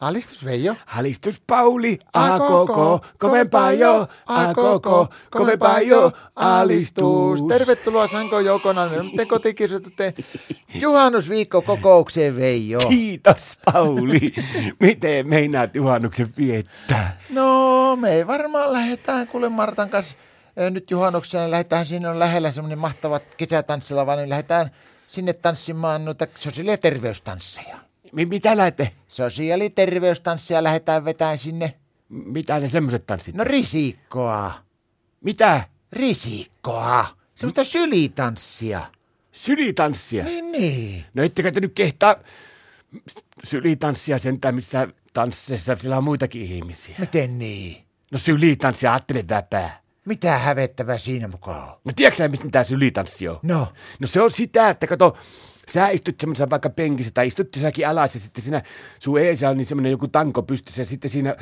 Alistus Veijo. Alistus Pauli, a koko, kovempaa jo, a koko, kovempaa jo, alistus. Tervetuloa Sanko Joukona, nyt kotikisutute juhannusviikko kokoukseen Veijo. Kiitos Pauli. Miten meinaat juhannuksen viettää? No me varmaan lähdetään kuule Martan kanssa ö, nyt juhannuksena, niin lähdetään siinä on lähellä semmoinen mahtava kesätanssilava, niin lähdetään sinne tanssimaan noita sosiaali- ja terveystansseja. M- mitä lähte? Sosiaali- ja terveystansseja lähdetään vetämään sinne. M- Mitä ne semmoset tanssit? No risikkoa. Mitä? Risikkoa. Semmoista sylitanssia. Sylitanssia? Niin, niin. No ettekö te nyt kehtaa s- sylitanssia sentään missä tansseissa siellä on muitakin ihmisiä? Miten niin? No sylitanssia, ajattele väpää. Mitä hävettävää siinä mukaan on? No tiedätkö sä, mistä mitä sylitanssi on? No, No se on sitä, että kato, sä istut semmoisessa vaikka penkissä tai istut jossakin alas ja sitten siinä sun eessä on niin semmoinen joku tanko pystyssä ja sitten siinä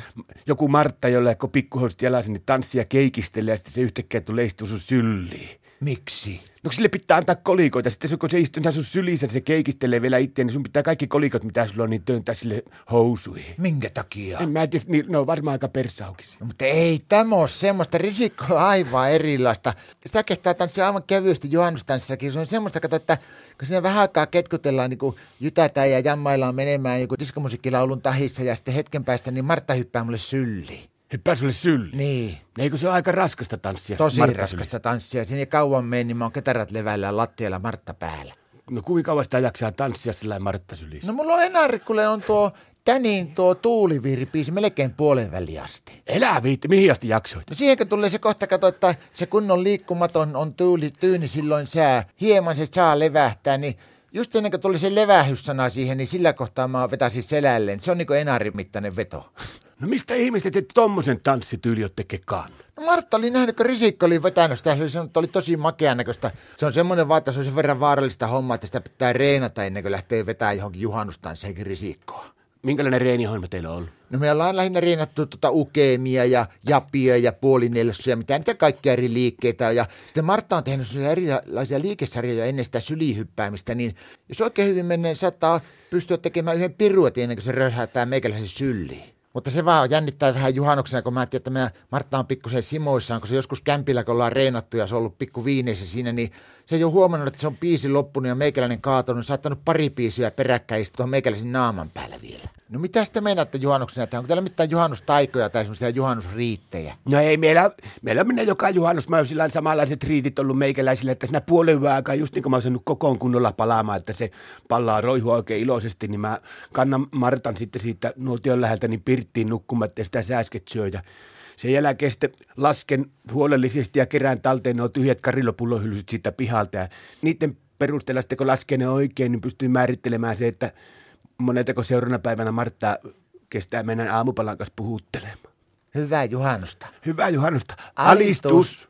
joku Martta, jolla ei ole pikkuhousut jalassa, niin tanssia ja keikistelee ja sitten se yhtäkkiä tulee istuu sun sylliin. miksi? No kun sille pitää antaa kolikoita. Sitten se, kun se istuu siinä sun sylissä, niin se keikistelee vielä itseään, niin sun pitää kaikki kolikot, mitä sulla on, niin työntää sille housuihin. Minkä takia? En mä tiedä, niin, ne on varmaan aika persaukisia. No, mutta ei tämä ole semmoista. Risikko on aivan erilaista. Sitä kehtaa tanssia aivan kevyesti juhannustanssissakin. Se on semmoista, kato, että kun siinä vähän aikaa ketkutellaan, niin kuin jytätään ja jammaillaan menemään joku diskomusiikkilaulun tahissa ja sitten hetken päästä, niin Martta hyppää mulle sylli. Hyppää sulle sylliin. Niin. Eikö se ole aika raskasta tanssia? Tosi Martta raskasta tanssia. Siinä ei kauan mene, niin mä oon ketarät levällä ja lattialla Martta päällä. sylissä? No kuinka kauan sitä jaksaa tanssia sillä lailla Martta sylissä? No mulla on enarikulle on tuo tänin tuo tuulivirpiisi melkein puolen väliin asti. Elää viitti, mihin asti jaksoit? No siihenkö tulee se kohta, kato, että se kunnon liikkumaton on tyyli, tyyni silloin sää. Hieman se saa levähtää, niin just ennen kuin tuli se levähyssana siihen, niin sillä kohtaa mä vetäisin selälleen. Se on niinku enarimittainen veto. No mistä ihmiset te tommosen tanssityyli olette kekaan? No Martta oli nähnyt, kun risikko oli vetänyt sitä, se oli sanonut, että oli tosi makean näköistä. Se on semmoinen vaan, että se on sen verran vaarallista hommaa, että sitä pitää reenata ennen kuin lähtee vetämään johonkin juhannustansseihin risikkoa. Minkälainen reenihomma teillä on ollut? No me ollaan lähinnä riinattu tuota ukemia ja japia ja puolinelsoja, mitä niitä kaikkia eri liikkeitä on. Ja sitten Martta on tehnyt sellaisia erilaisia liikesarjoja ennen sitä sylihyppäämistä, niin jos oikein hyvin menee, niin saattaa pystyä tekemään yhden piruetin ennen kuin se röhätää meikäläisen sylliin. Mutta se vaan jännittää vähän juhannuksena, kun mä tiedän, että mä Martta on pikkusen simoissaan, kun se joskus kämpillä, kun ollaan reenattu ja se on ollut pikku viineissä siinä, niin se ei ole huomannut, että se on biisi loppunut ja meikäläinen kaatunut, niin saattanut pari biisiä peräkkäin istua meikäläisen naaman päällä vielä. No mitä sitten meinaatte juhannuksena tehdä? Onko teillä mitään juhannustaikoja tai semmoisia juhannusriittejä? No ei, meillä, meillä minä joka juhannus, mä oon sillä lailla samanlaiset riitit ollut meikäläisillä, että siinä puolen yön aikaa, just niin kuin mä oon saanut kokoon kunnolla palaamaan, että se pallaa roihua oikein iloisesti, niin mä kannan Martan sitten siitä nuotion läheltä niin pirttiin nukkumaan, että sitä sääsket syö ja sen jälkeen sitten lasken huolellisesti ja kerään talteen nuo tyhjät karilopullohyllyt siitä pihalta ja niiden perusteella sitten kun laskee ne oikein, niin pystyy määrittelemään se, että monetako seuraavana päivänä Martta kestää mennä aamupalan kanssa puhuttelemaan. Hyvää juhannusta. Hyvää juhannusta. Alistus. Alistus.